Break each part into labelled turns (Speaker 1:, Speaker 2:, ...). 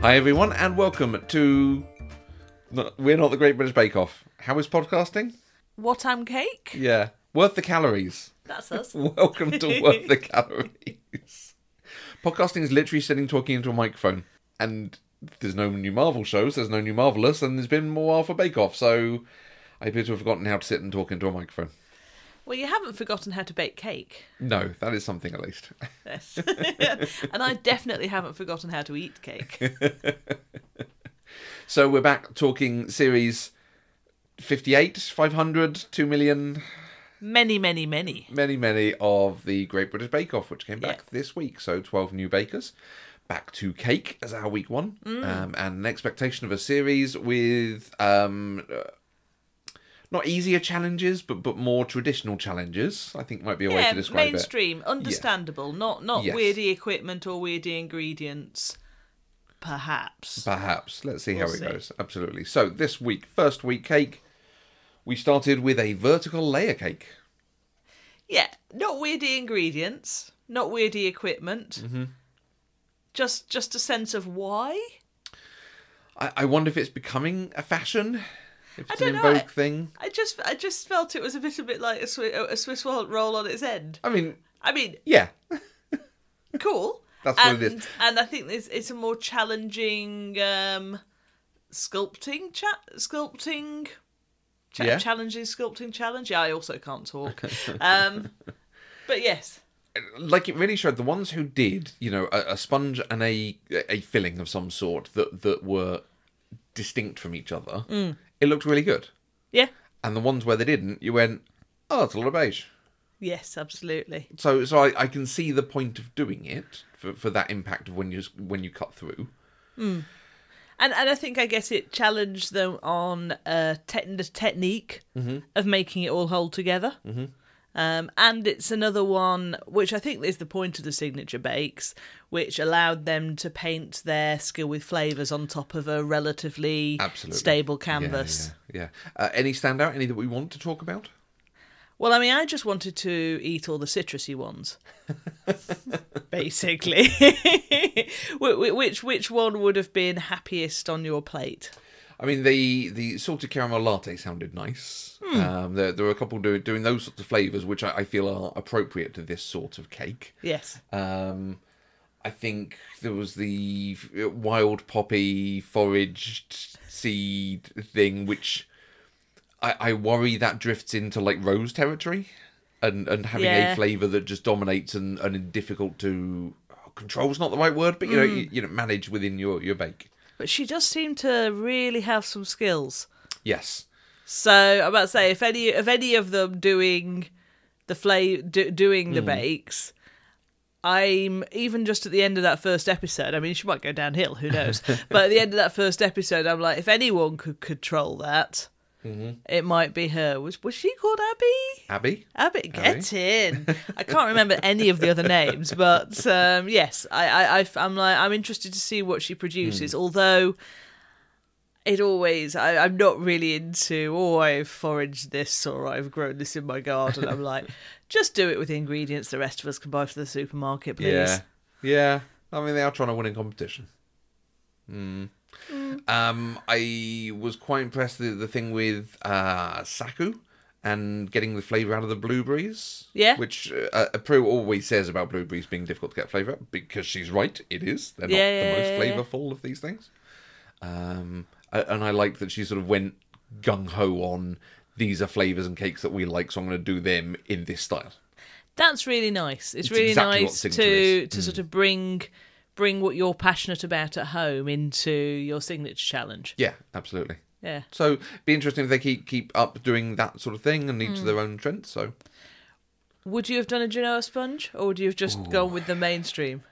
Speaker 1: Hi everyone, and welcome to. No, We're not the Great British Bake Off. How is podcasting?
Speaker 2: What am cake?
Speaker 1: Yeah, worth the calories.
Speaker 2: That's us.
Speaker 1: Welcome to worth the calories. Podcasting is literally sitting talking into a microphone, and there's no new Marvel shows. There's no new Marvelous, and there's been more Alpha Bake Off. So I appear to have forgotten how to sit and talk into a microphone.
Speaker 2: Well, you haven't forgotten how to bake cake.
Speaker 1: No, that is something at least.
Speaker 2: Yes. and I definitely haven't forgotten how to eat cake.
Speaker 1: So we're back talking series 58, 500, 2 million,
Speaker 2: Many, many, many.
Speaker 1: many, many of the Great British Bake Off, which came back
Speaker 2: Yeah.
Speaker 1: this week. So 12 new bakers. Back to cake as our week one,
Speaker 2: Mm.
Speaker 1: um, and an expectation of a series with um, uh, not easier challenges, but but more traditional challenges. I think might be a way
Speaker 2: Yeah,
Speaker 1: to describe it.
Speaker 2: mainstream, understandable, not not
Speaker 1: Yes.
Speaker 2: weirdy equipment or weirdy ingredients. Perhaps.
Speaker 1: Perhaps. Let's see how
Speaker 2: We'll
Speaker 1: it
Speaker 2: see.
Speaker 1: goes. Absolutely. So this week, first week cake, we started with a vertical layer cake.
Speaker 2: Yeah, not weirdy ingredients, not weirdy equipment.
Speaker 1: Mm-hmm.
Speaker 2: Just just a sense of why.
Speaker 1: I, I wonder if it's becoming a fashion, if it's an
Speaker 2: don't know, I-
Speaker 1: invoke thing.
Speaker 2: I just I just felt it was a little bit like a Swiss, a Swiss roll on its end.
Speaker 1: I mean,
Speaker 2: I mean,
Speaker 1: yeah,
Speaker 2: cool.
Speaker 1: That's
Speaker 2: and,
Speaker 1: what it is.
Speaker 2: And I think it's, it's a more challenging um, sculpting chat sculpting cha-
Speaker 1: Yeah.
Speaker 2: challenging sculpting challenge. Yeah, I also can't talk. um, but yes,
Speaker 1: like it really showed the ones who did, you know, a, a sponge and a a filling of some sort that that were distinct from each other. It looked really good,
Speaker 2: yeah,
Speaker 1: and the ones where they didn't, you went, oh, it's a lot of beige.
Speaker 2: yes, absolutely.
Speaker 1: So so I, I can see the point of doing it for, for that impact of when you when you cut through.
Speaker 2: And and I think I guess it challenged them on uh, te- the technique
Speaker 1: Mm-hmm.
Speaker 2: of making it all hold together. Mm-hmm. Um, and it's another one which I think is the point of the signature bakes, which allowed them to paint their skill with flavors on top of a relatively
Speaker 1: Absolutely.
Speaker 2: stable
Speaker 1: Yeah,
Speaker 2: canvas.
Speaker 1: Yeah. yeah. Uh, any standout? Any that we want to talk about?
Speaker 2: Well, I mean, I just wanted to eat all the citrusy ones, basically. Wh- wh- which which one would have been happiest on your plate?
Speaker 1: I mean, the the salted caramel latte sounded nice. Um, there, there were a couple do, doing those sorts of flavors, which I, I feel are appropriate to this sort of cake.
Speaker 2: Yes.
Speaker 1: Um, I think there was the wild poppy foraged seed thing, which I, I worry that drifts into like rose territory, and and having a
Speaker 2: Yeah.
Speaker 1: flavour that just dominates and and difficult to control's not the right word, but you know you, you know manage within your your bake.
Speaker 2: But she does seem to really have some skills.
Speaker 1: Yes.
Speaker 2: So I'm about to say, if any of any of them doing the fla- do, doing the bakes, I'm even just at the end of that first episode. I mean, she might go downhill, who knows? but at the end of that first episode, I'm like, if anyone could control that, it might be her. Was was she called Abby?
Speaker 1: Abby?
Speaker 2: Abbott, get in. I can't remember any of the other names, but um, yes, I, I, I, I'm like, I'm interested to see what she
Speaker 1: Hmm.
Speaker 2: produces. Although it always, I, I'm not really into. Oh, I've foraged this, or I've grown this in my garden. I'm like, just do it with the ingredients the rest of us can buy from the supermarket, please.
Speaker 1: Yeah. Yeah. I mean, they are trying to win in competition.
Speaker 2: Hmm.
Speaker 1: Mm. Um, I was quite impressed with the thing with uh, Saku and getting the flavour out of the blueberries.
Speaker 2: Yeah.
Speaker 1: Which uh, uh, Prue always says about blueberries being difficult to get flavour because she's right. It is. They're not
Speaker 2: Yeah, yeah,
Speaker 1: the
Speaker 2: yeah,
Speaker 1: most
Speaker 2: yeah.
Speaker 1: flavourful of these things. Um, a- and I liked that she sort of went gung ho on these are flavours and cakes that we like, so I'm going to do them in this style.
Speaker 2: That's really nice. It's,
Speaker 1: It's
Speaker 2: really
Speaker 1: exactly what
Speaker 2: nice to
Speaker 1: signature Hmm.
Speaker 2: to sort of bring bring what you're passionate about at home into your signature challenge.
Speaker 1: Yeah, absolutely.
Speaker 2: Yeah.
Speaker 1: So be interesting if they keep keep up doing that sort of thing and each to their own strengths. So
Speaker 2: Would you have done a Genoa sponge, or would you have just gone with the mainstream?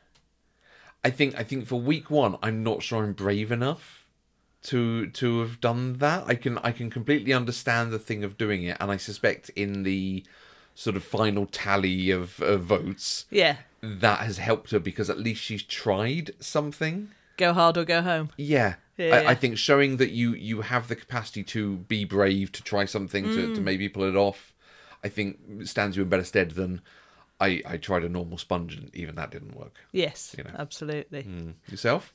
Speaker 1: I think I think for week one, I'm not sure I'm brave enough to to have done that. I can I can completely understand the thing of doing it, and I suspect in the sort of final tally of, of votes
Speaker 2: Yeah,
Speaker 1: that has helped her because at least she's tried something.
Speaker 2: go hard or go home.
Speaker 1: Yeah.
Speaker 2: Yeah,
Speaker 1: I, I
Speaker 2: yeah.
Speaker 1: think showing that you you have the capacity to be brave, to try something, to,
Speaker 2: Mm.
Speaker 1: to maybe pull it off, I think stands you in better stead than I, I tried a normal sponge and even that didn't work.
Speaker 2: Yes,
Speaker 1: You know.
Speaker 2: absolutely.
Speaker 1: Yourself?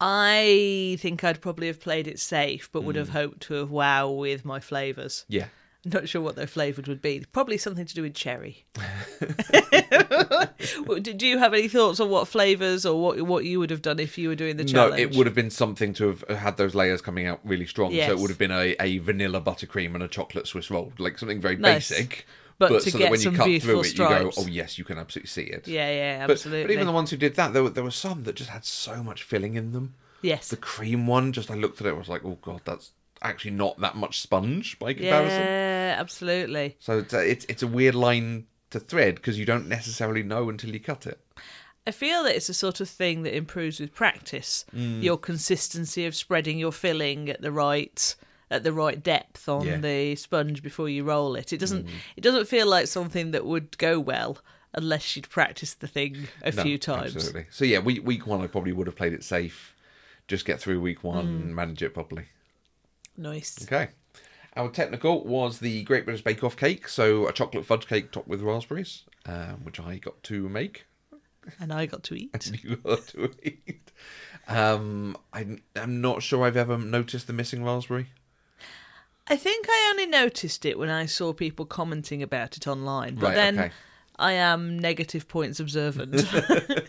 Speaker 2: I think I'd probably have played it safe, but would have
Speaker 1: Hmm.
Speaker 2: hoped to have wow with my flavours.
Speaker 1: Yeah.
Speaker 2: Not sure what their flavoured would be. Probably something to do with cherry. Well, Do do you have any thoughts on what flavours or what what you would have done if you were doing the challenge?
Speaker 1: No, it would have been something to have had those layers coming out really strong. So
Speaker 2: Yes.
Speaker 1: it would have been a, a vanilla buttercream and a chocolate Swiss roll, like something very
Speaker 2: Nice.
Speaker 1: basic.
Speaker 2: But to get some beautiful stripes.
Speaker 1: you go, oh yes, you can absolutely see it.
Speaker 2: Yeah, yeah,
Speaker 1: But,
Speaker 2: absolutely.
Speaker 1: but even the ones who did that, there were, there were some that just had so much filling in them.
Speaker 2: yes,
Speaker 1: The cream one, just I looked at it, I was like, oh god, that's actually not that much sponge by comparison.
Speaker 2: yeah, absolutely.
Speaker 1: So it's a, it's, it's a weird line to thread because you don't necessarily know until you cut it.
Speaker 2: I feel that it's the sort of thing that improves with practice.
Speaker 1: Mm.
Speaker 2: Your consistency of spreading your filling at the right at the right depth on
Speaker 1: Yeah. Mm.
Speaker 2: the sponge before you roll it. It doesn't it doesn't feel like something that would go well unless you'd practiced the thing a
Speaker 1: No,
Speaker 2: few times.
Speaker 1: Absolutely. So yeah, week week one I probably would have played it safe. Just get through week one,
Speaker 2: Hmm.
Speaker 1: and manage it properly.
Speaker 2: Nice.
Speaker 1: Okay. Our technical was the Great British Bake Off cake, so a chocolate fudge cake topped with raspberries, um, which I got to make.
Speaker 2: And I got to eat.
Speaker 1: You got to eat. Um, I, I'm not sure I've ever noticed the missing raspberry.
Speaker 2: I think I only noticed it when I saw people commenting about it online. But
Speaker 1: Right,
Speaker 2: then
Speaker 1: okay.
Speaker 2: I am negative points observant.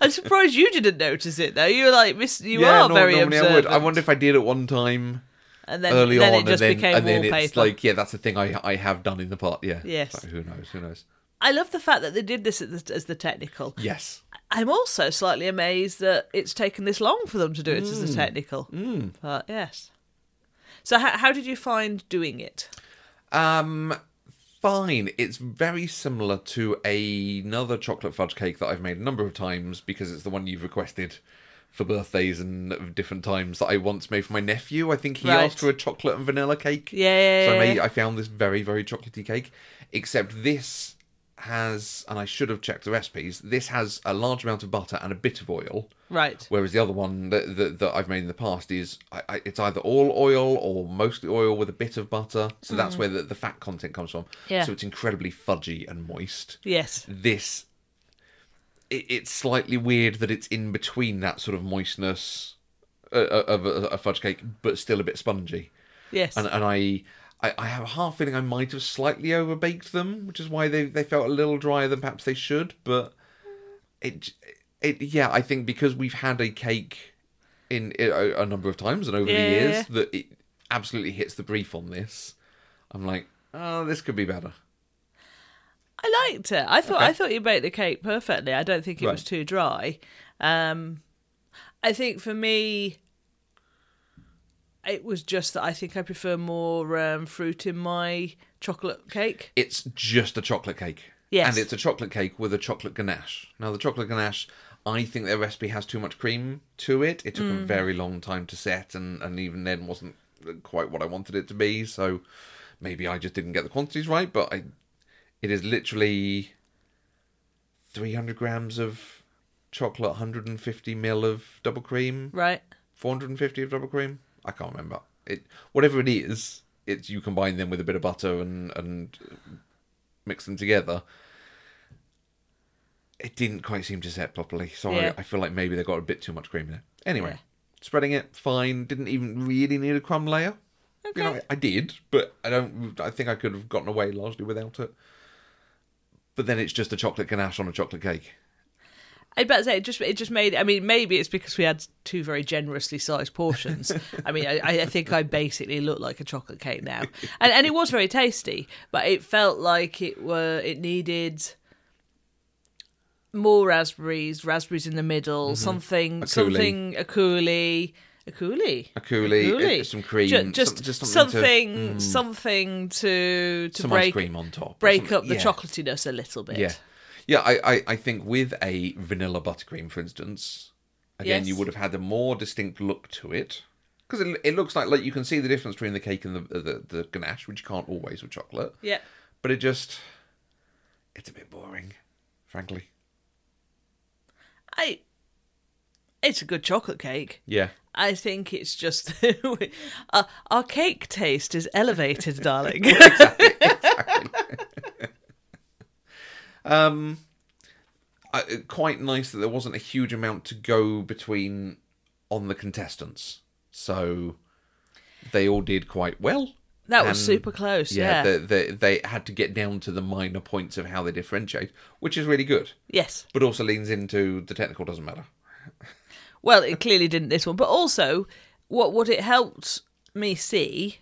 Speaker 2: I'm surprised you didn't notice it though. You were like, miss, you are
Speaker 1: nor-
Speaker 2: very
Speaker 1: normally
Speaker 2: observant.
Speaker 1: I would. I wonder if I did at one time
Speaker 2: and then,
Speaker 1: early
Speaker 2: then
Speaker 1: on,
Speaker 2: it just
Speaker 1: and then,
Speaker 2: became
Speaker 1: and then
Speaker 2: wallpaper.
Speaker 1: it's like, yeah, that's a thing I I have done in the past. Yeah.
Speaker 2: Yes.
Speaker 1: So who knows? Who knows?
Speaker 2: I love the fact that they did this as the, as the technical.
Speaker 1: Yes.
Speaker 2: I'm also slightly amazed that it's taken this long for them to do it as
Speaker 1: Hmm.
Speaker 2: a technical. Mm. But yes. So how, how did you find doing it?
Speaker 1: Um, fine. It's very similar to another chocolate fudge cake that I've made a number of times because it's the one you've requested for birthdays and of different times that I once made for my nephew. I think he
Speaker 2: Right.
Speaker 1: asked for a chocolate and vanilla cake.
Speaker 2: Yeah, yeah,
Speaker 1: So I
Speaker 2: yeah,
Speaker 1: made,
Speaker 2: yeah.
Speaker 1: I found this very very chocolatey cake, except this has and I should have checked the recipes. This has a large amount of butter and a bit of oil.
Speaker 2: Right.
Speaker 1: Whereas the other one that, that, that I've made in the past is I, I, it's either all oil or mostly oil with a bit of butter. So that's where the, the fat content comes from.
Speaker 2: Yeah.
Speaker 1: So it's incredibly fudgy and moist.
Speaker 2: Yes.
Speaker 1: This, it, it's slightly weird that it's in between that sort of moistness uh, uh, of a, a fudge cake, but still a bit spongy.
Speaker 2: Yes.
Speaker 1: And, and I, I, I have a half feeling I might have slightly overbaked them, which is why they, they felt a little drier than perhaps they should. But it, j- it yeah, I think because we've had a cake in a, a number of times and over
Speaker 2: Yeah,
Speaker 1: the
Speaker 2: yeah,
Speaker 1: years
Speaker 2: yeah.
Speaker 1: that it absolutely hits the brief on this. I'm like, oh, this could be better.
Speaker 2: I liked it. I thought
Speaker 1: Okay.
Speaker 2: I thought you baked the cake perfectly. I don't think it
Speaker 1: Right.
Speaker 2: was too dry. Um, I think for me, it was just that I think I prefer more um, fruit in my chocolate cake.
Speaker 1: It's just a chocolate cake.
Speaker 2: Yes.
Speaker 1: And it's a chocolate cake with a chocolate ganache. Now, the chocolate ganache, I think their recipe has too much cream to it. It took a very long time to set, and, and even then wasn't quite what I wanted it to be. So maybe I just didn't get the quantities right, but I, it is literally 300 grams of chocolate, 150 mil of double cream,
Speaker 2: Right.
Speaker 1: 450 of double cream. I can't remember. It whatever it is, it's you combine them with a bit of butter and and mix them together. It didn't quite seem to set properly, so
Speaker 2: Yeah.
Speaker 1: I, I feel like maybe they got a bit too much cream in it. Anyway,
Speaker 2: Yeah.
Speaker 1: spreading it fine. Didn't even really need a crumb layer. You know,
Speaker 2: Okay.
Speaker 1: I did, but I don't. I think I could have gotten away largely without it. But then it's just a chocolate ganache on a chocolate cake.
Speaker 2: I'd better say it just it just made. I mean, maybe it's because we had two very generously sized portions. I mean, I, I think I basically look like a chocolate cake now, and and it was very tasty, but it felt like it were it needed more raspberries, raspberries in the middle, something,
Speaker 1: Mm-hmm. A
Speaker 2: something a coolie, a coolie.
Speaker 1: A coolie, uh, some cream,
Speaker 2: Ju-
Speaker 1: some-
Speaker 2: just,
Speaker 1: just something to- mm.
Speaker 2: something, something, to, to
Speaker 1: Some ice
Speaker 2: break
Speaker 1: cream on top. or
Speaker 2: break
Speaker 1: something.
Speaker 2: up the
Speaker 1: Yeah.
Speaker 2: chocolatiness a little bit.
Speaker 1: Yeah. Yeah, I, I, I think with a vanilla buttercream, for instance, again,
Speaker 2: Yes.
Speaker 1: you would have had a more distinct look to it. Because it, it looks like, like you can see the difference between the cake and the, the, the ganache, which you can't always with chocolate.
Speaker 2: yeah.
Speaker 1: But it just, it's a bit boring, frankly.
Speaker 2: I. It's a good chocolate cake.
Speaker 1: Yeah.
Speaker 2: I think it's just our, our cake taste is elevated, darling.
Speaker 1: Um, uh, I, quite nice that there wasn't a huge amount to go between on the contestants. So they all did quite well.
Speaker 2: That was
Speaker 1: And-
Speaker 2: super close. Yeah.
Speaker 1: They, they, they had to get down to the minor points of how they differentiate, which is really good,
Speaker 2: yes.
Speaker 1: but also leans into the technical doesn't matter.
Speaker 2: Well, it clearly didn't this one, but also what what it helped me see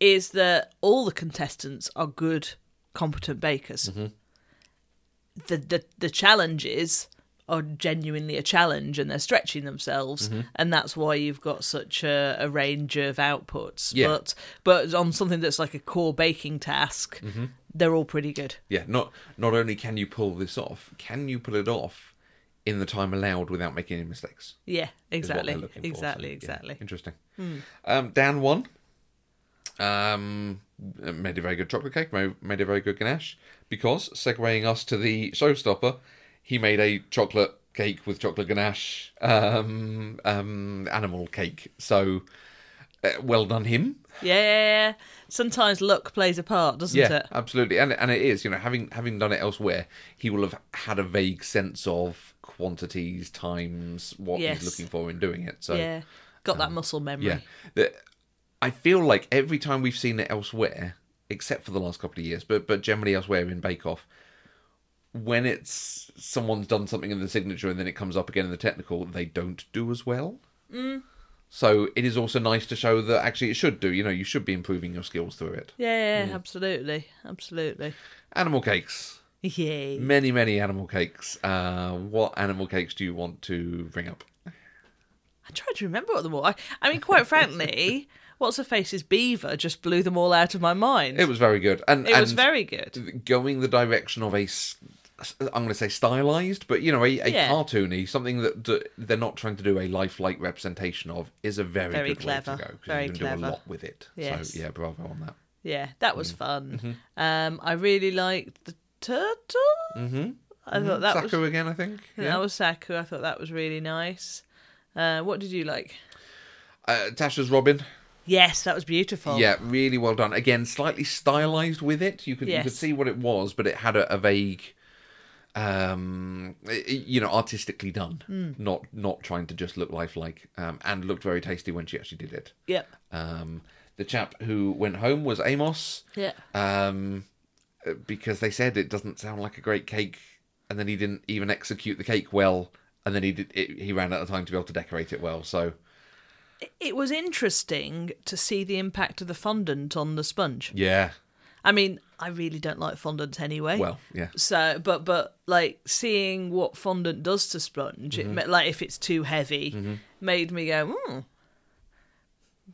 Speaker 2: is that all the contestants are good, competent bakers.
Speaker 1: Mm-hmm.
Speaker 2: The, the the challenges are genuinely a challenge, and they're stretching themselves,
Speaker 1: Mm-hmm.
Speaker 2: and that's why you've got such a, a range of outputs.
Speaker 1: Yeah.
Speaker 2: But but on something that's like a core baking task,
Speaker 1: Mm-hmm.
Speaker 2: they're all pretty good.
Speaker 1: Yeah, not not only can you pull this off, can you pull it off in the time allowed without making any mistakes? is what
Speaker 2: Yeah,
Speaker 1: they're
Speaker 2: exactly,
Speaker 1: looking for.
Speaker 2: exactly,
Speaker 1: So, yeah,
Speaker 2: exactly. Hmm.
Speaker 1: interesting. Um, Dan won. Um, made a very good chocolate cake. Made, made a very good ganache. Because segueing us to the showstopper, he made a chocolate cake with chocolate ganache, um, um, animal cake. So, uh, well done him.
Speaker 2: Yeah, sometimes luck plays a part, doesn't
Speaker 1: Yeah,
Speaker 2: it?
Speaker 1: absolutely, and and it is. You know, having having done it elsewhere, he will have had a vague sense of quantities, times, what
Speaker 2: Yes.
Speaker 1: he's looking for in doing it. So
Speaker 2: yeah, got that muscle memory.
Speaker 1: um, Yeah. The- I feel like every time we've seen it elsewhere, except for the last couple of years, but but generally elsewhere in Bake Off, when it's someone's done something in the signature and then it comes up again in the technical, they don't do as well. Mm. So it is also nice to show that actually it should do. You know, you should be improving your skills through it.
Speaker 2: Yeah, yeah, absolutely, absolutely.
Speaker 1: Animal cakes,
Speaker 2: Yay!
Speaker 1: many many animal cakes. Uh, what animal cakes do you want to bring up?
Speaker 2: I tried to remember what them all. I, I mean, quite frankly, what's her face's beaver just blew them all out of my mind.
Speaker 1: It was very good, and
Speaker 2: It was
Speaker 1: and-
Speaker 2: very good.
Speaker 1: going the direction of a s- I'm going to say stylized, but you know, a, a
Speaker 2: Yeah.
Speaker 1: cartoony something that, that they're not trying to do a lifelike representation of is a very,
Speaker 2: Very
Speaker 1: good way
Speaker 2: clever,
Speaker 1: to go 'cause
Speaker 2: very
Speaker 1: you can do
Speaker 2: clever.
Speaker 1: a lot with it.
Speaker 2: Yes.
Speaker 1: So yeah, bravo on that.
Speaker 2: Yeah, that
Speaker 1: Mm.
Speaker 2: was
Speaker 1: Mm-hmm.
Speaker 2: fun. Um, I really liked the turtle. Mm-hmm. I thought that was
Speaker 1: Saku again, I think.
Speaker 2: that was Saku. I thought that was really nice. Uh, what did you like?
Speaker 1: Uh, Tasha's Robin.
Speaker 2: Yes, that was beautiful.
Speaker 1: Yeah, really well done. Again, slightly stylized with it. You could you
Speaker 2: Yes.
Speaker 1: could see what it was, but it had a, a vague, um, i- i- you know, artistically done.
Speaker 2: Hmm.
Speaker 1: Not not trying to just look lifelike, um, and looked very tasty when she actually did it.
Speaker 2: Yep.
Speaker 1: Um, the chap who went home was Amos,
Speaker 2: Yeah.
Speaker 1: um, because they said it doesn't sound like a great cake, and then he didn't even execute the cake well, and then he did, it, he ran out of time to be able to decorate it well. So
Speaker 2: It was interesting to see the impact of the fondant on the sponge.
Speaker 1: yeah,
Speaker 2: I mean, I really don't like fondant anyway.
Speaker 1: well yeah,
Speaker 2: so but but like seeing what fondant does to sponge,
Speaker 1: Mm-hmm.
Speaker 2: it ma- like if it's too heavy, made me go, hmm.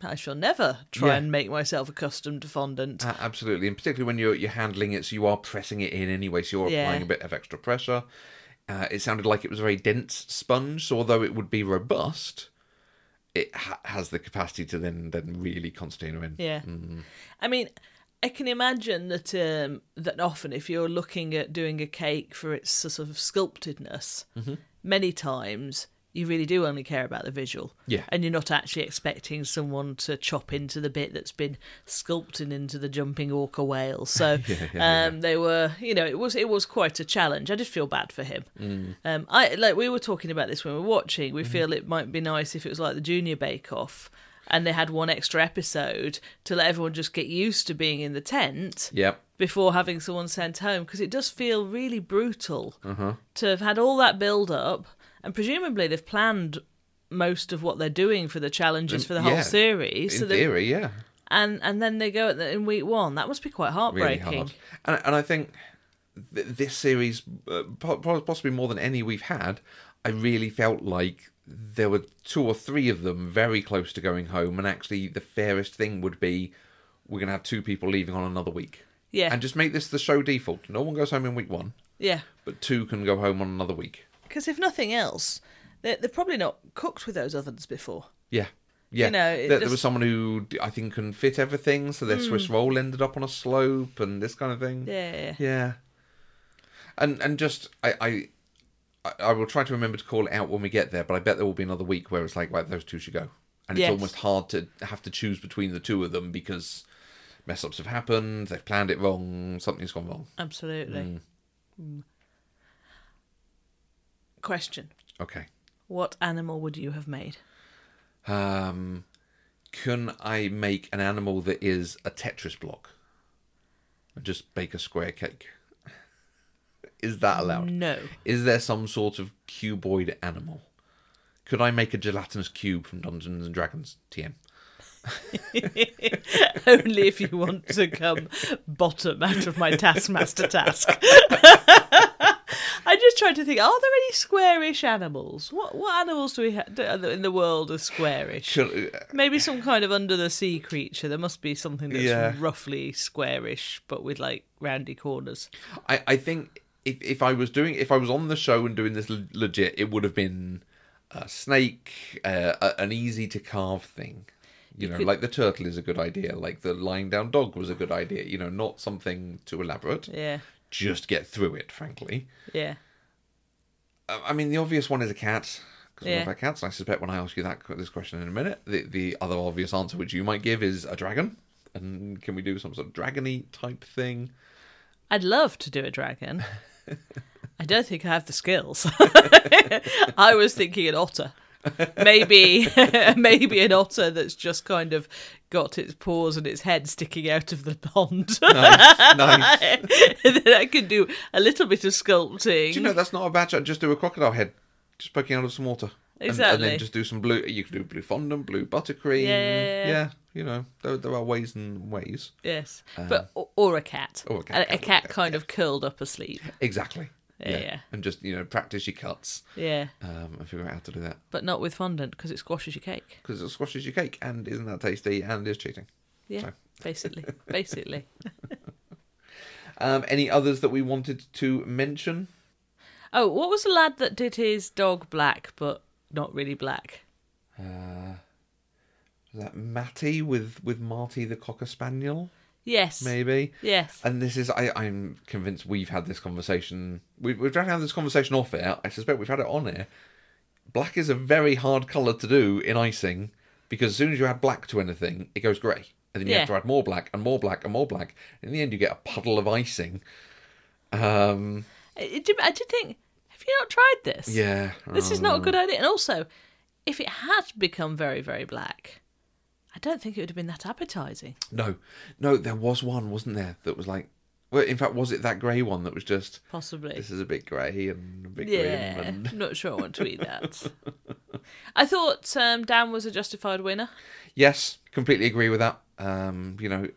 Speaker 2: I shall never try
Speaker 1: Yeah.
Speaker 2: and make myself accustomed to fondant.
Speaker 1: a- absolutely, and particularly when you're you're handling it, so you are pressing it in anyway, so you're
Speaker 2: Yeah.
Speaker 1: applying a bit of extra pressure. Uh, it sounded like it was a very dense sponge, so although it would be robust, it ha- has the capacity to then then really concertina in.
Speaker 2: Yeah, I mean, I can imagine that um, that often if you're looking at doing a cake for its sort of sculptedness, many times you really do only care about the visual.
Speaker 1: Yeah.
Speaker 2: and you're not actually expecting someone to chop into the bit that's been sculpted into the jumping orca whale. So um, they were, you know, it was it was quite a challenge. I did feel bad for him.
Speaker 1: Mm.
Speaker 2: Um, I like we were talking about this when we were watching. We feel it might be nice if it was like the Junior Bake Off. And they had one extra episode to let everyone just get used to being in the tent
Speaker 1: Yep.
Speaker 2: before having someone sent home because it does feel really brutal
Speaker 1: Uh-huh.
Speaker 2: to have had all that build up and presumably they've planned most of what they're doing for the challenges for the
Speaker 1: Mm, yeah.
Speaker 2: whole series
Speaker 1: In
Speaker 2: so they,
Speaker 1: theory, yeah,
Speaker 2: and and then they go at the, in week one that must be quite
Speaker 1: really
Speaker 2: heartbreaking
Speaker 1: hard. And and I think th- this series, uh, po- po- possibly more than any we've had, I really felt like there were two or three of them very close to going home, and actually the fairest thing would be we're going to have two people leaving on another week.
Speaker 2: Yeah.
Speaker 1: And just make this the show default. No one goes home in week one,
Speaker 2: yeah
Speaker 1: but two can go home on another week.
Speaker 2: because if nothing else they're, they're probably not cooked with those ovens before
Speaker 1: Yeah. Yeah,
Speaker 2: know,
Speaker 1: there,
Speaker 2: it
Speaker 1: there
Speaker 2: just- Hmm.
Speaker 1: was someone who d- I think can fit everything, so their Swiss roll ended up on a slope and this kind of thing.
Speaker 2: yeah
Speaker 1: Yeah. And and just I, I I- I will try to remember to call it out when we get there, but I bet there will be another week where it's like, right, those two should go. And
Speaker 2: Yes.
Speaker 1: it's almost hard to have to choose between the two of them because mess ups have happened, they've planned it wrong, something's gone wrong.
Speaker 2: absolutely Mm. question
Speaker 1: Okay.
Speaker 2: what animal would you have made
Speaker 1: Um, can I make an animal that is a Tetris block? And just bake a square cake. Is that allowed?
Speaker 2: No.
Speaker 1: Is there some sort of cuboid animal? Could I make a gelatinous cube from Dungeons and Dragons TM?
Speaker 2: Only if you want to come bottom out of my Taskmaster task. I just tried to think. Are there any squarish animals? What what animals do we have in the world are squarish?
Speaker 1: Should,
Speaker 2: Maybe some kind of under the sea creature. There must be something that's
Speaker 1: Yeah.
Speaker 2: roughly squarish, but with like roundy corners.
Speaker 1: I, I think if, if I was doing if I was on the show and doing this l- legit, it would have been a snake, uh, a, an easy to carve thing. You, know,
Speaker 2: could-
Speaker 1: like the turtle is a good idea, like the lying down dog was a good idea. You know, not something too elaborate.
Speaker 2: Yeah,
Speaker 1: Just get through it, frankly.
Speaker 2: yeah.
Speaker 1: I I mean, the obvious one is a cat. Because
Speaker 2: Yeah.
Speaker 1: I love our cats. And I suspect when I ask you that this question in a minute, the, the other obvious answer which you might give is a dragon. And can we do some sort of dragony type thing?
Speaker 2: I'd love to do a dragon. I don't think I have the skills. I was thinking an otter. Maybe maybe an otter that's just kind of got its paws and its head sticking out of the pond.
Speaker 1: Nice, nice.
Speaker 2: then I could do a little bit of sculpting.
Speaker 1: Do you know that's not a bad shot? Just do a crocodile head, just poking out of some water, And- And,
Speaker 2: Exactly.
Speaker 1: then just do some blue. You could do blue fondant, blue buttercream.
Speaker 2: Yeah, yeah, yeah.
Speaker 1: you know there, there are ways and ways.
Speaker 2: yes. But or, or a cat.
Speaker 1: Uh, Or a cat,
Speaker 2: a, a
Speaker 1: cat,
Speaker 2: cat
Speaker 1: cat,
Speaker 2: kind of curled up asleep.
Speaker 1: Exactly.
Speaker 2: Yeah, yeah.
Speaker 1: And just you know practice your cuts
Speaker 2: Yeah.
Speaker 1: um, and figure out how to do that
Speaker 2: But not with fondant because it squashes your cake.
Speaker 1: because it squashes your cake and isn't that tasty and is cheating.
Speaker 2: Yeah.
Speaker 1: So.
Speaker 2: Basically. Basically.
Speaker 1: Um, any others that we wanted to mention?
Speaker 2: Oh, what was the lad that did his dog black, but not really black?
Speaker 1: Was that Matty with with Marty the cocker spaniel
Speaker 2: Yes.
Speaker 1: maybe.
Speaker 2: Yes.
Speaker 1: And this is, I, I'm convinced we've had this conversation. We, we've tried to have this conversation off air. I suspect we've had it on air. Black is a very hard colour to do in icing because as soon as you add black to anything, it goes grey. And then you
Speaker 2: Yeah.
Speaker 1: have to add more black and more black and more black. In the end, you get a puddle of icing. Um,
Speaker 2: I, I did, I did think, have you not tried this?
Speaker 1: yeah. Mm.
Speaker 2: This is not a good idea. And also, if it had become very, very black, I don't think it would have been that appetizing.
Speaker 1: No. No, there was one, wasn't there, that was like. Well, in fact, was it that grey one that was just.
Speaker 2: Possibly.
Speaker 1: This is a bit grey and a bit
Speaker 2: Yeah.
Speaker 1: grim and
Speaker 2: I'm not sure I want to eat that. I thought um, Dan was a justified winner.
Speaker 1: Yes, completely agree with that. Um, you know,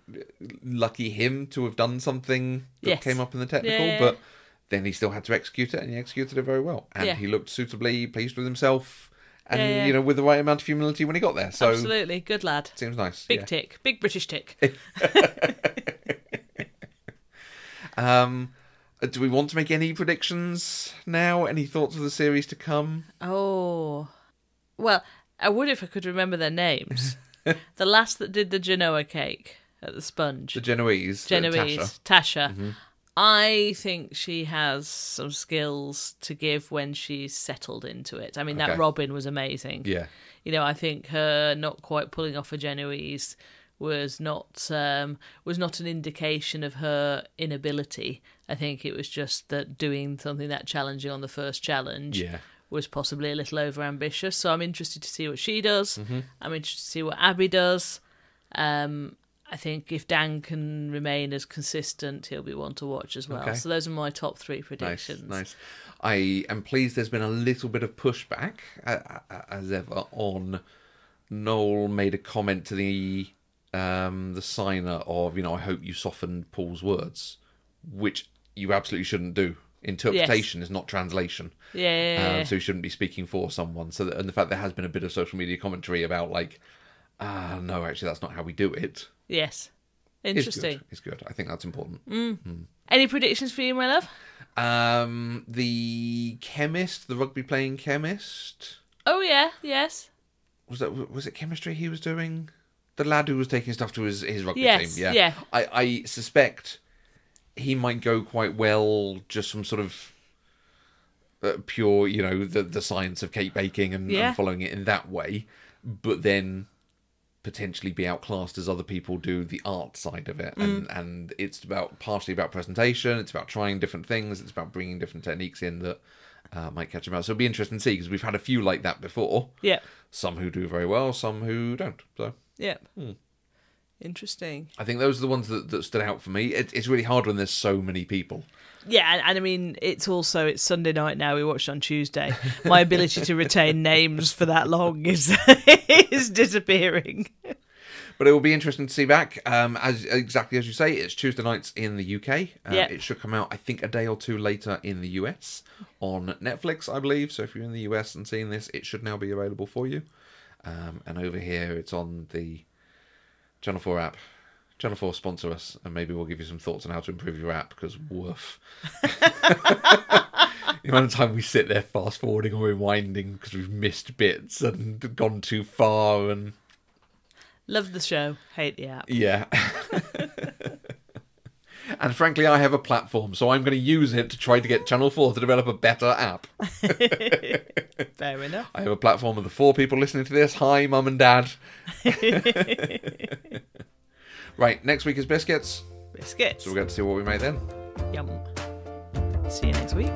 Speaker 1: lucky him to have done something that
Speaker 2: Yes.
Speaker 1: came up in the technical,
Speaker 2: Yeah.
Speaker 1: but then he still had to execute it, and he executed it very well. And
Speaker 2: Yeah.
Speaker 1: he looked suitably pleased with himself, and
Speaker 2: Yeah, yeah.
Speaker 1: you know, with the right amount of humility when he got there. So
Speaker 2: Absolutely. Good lad.
Speaker 1: seems nice.
Speaker 2: Big
Speaker 1: yeah.
Speaker 2: tick. Big British tick.
Speaker 1: Um, uh, do we want to make any predictions now? Any thoughts of the series to come?
Speaker 2: oh. Well, I would if I could remember their names. the last that did the Genoa cake at the sponge.
Speaker 1: The Genoese, uh,
Speaker 2: Genoese
Speaker 1: Tasha. Mm-hmm.
Speaker 2: Tasha. I think she has some skills to give when she's settled into it. I mean, that
Speaker 1: Okay.
Speaker 2: Robin was amazing.
Speaker 1: Yeah,
Speaker 2: You know, I think her not quite pulling off a Genoese was not um, was not an indication of her inability. I think it was just that doing something that challenging on the first challenge
Speaker 1: Yeah.
Speaker 2: was possibly a little over ambitious. So I'm interested to see what she does.
Speaker 1: Mm-hmm.
Speaker 2: I'm interested to see what Abby does. Um, I think if Dan can remain as consistent, he'll be one to watch as well.
Speaker 1: Okay.
Speaker 2: So those are my top three
Speaker 1: nice,
Speaker 2: predictions.
Speaker 1: nice. I am pleased there's been a little bit of pushback, uh, uh, as ever, on Noel made a comment to the um, the signer of, you know, I hope you softened Paul's words, which you absolutely shouldn't do. Interpretation is not translation.
Speaker 2: Yeah, yeah, yeah, yeah.
Speaker 1: Um, so you shouldn't be speaking for someone. So, that, and the fact there has been a bit of social media commentary about like, ah, no, actually, that's not how we do it.
Speaker 2: yes,
Speaker 1: It's
Speaker 2: interesting.
Speaker 1: good. It's good. I think that's important.
Speaker 2: Any predictions for you, my love?
Speaker 1: Um, the chemist, the rugby playing chemist,
Speaker 2: Oh yeah, yes,
Speaker 1: was that was it chemistry he was doing? The lad who was taking stuff to his his rugby
Speaker 2: Yes,
Speaker 1: team. Yeah,
Speaker 2: yeah.
Speaker 1: I I suspect he might go quite well, just some sort of. Uh, pure, you know, the the science of cake baking and,
Speaker 2: Yeah.
Speaker 1: and following it in that way, but then potentially be outclassed as other people do the art side of it
Speaker 2: Mm.
Speaker 1: and and it's about partially about presentation it's about trying different things it's about bringing different techniques in that uh, might catch him out. So it'll be interesting to see because we've had a few like that before.
Speaker 2: Yep.
Speaker 1: Some who do very well, some who don't. So
Speaker 2: Yep.
Speaker 1: Hmm.
Speaker 2: Interesting.
Speaker 1: I think those are the ones that, that stood out for me. It, it's really hard when there's so many people.
Speaker 2: Yeah, and, and I mean, it's also it's Sunday night now. We watched on Tuesday. My ability to retain names for that long is is disappearing.
Speaker 1: But it will be interesting to see back. Um, as exactly as you say, it's Tuesday nights in the UK. Uh,
Speaker 2: Yep.
Speaker 1: It should come out, I think, a day or two later in the US on Netflix, I believe. So if you're in the US and seeing this, it should now be available for you. Um, and over here, it's on the Channel Four app. Channel Four sponsor us, and maybe we'll give you some thoughts on how to improve your app. Because woof. The amount of time we sit there fast forwarding or rewinding because we've missed bits and gone too far and
Speaker 2: Love the show, hate the app.
Speaker 1: yeah. and frankly, I have a platform, so I'm going to use it to try to get Channel 4 to develop a better app.
Speaker 2: Fair enough.
Speaker 1: I have a platform of the four people listening to this. Hi, mum and dad. right, next week is biscuits,
Speaker 2: Biscuits.
Speaker 1: so we're going to see what we made then.
Speaker 2: Yum. See you next week.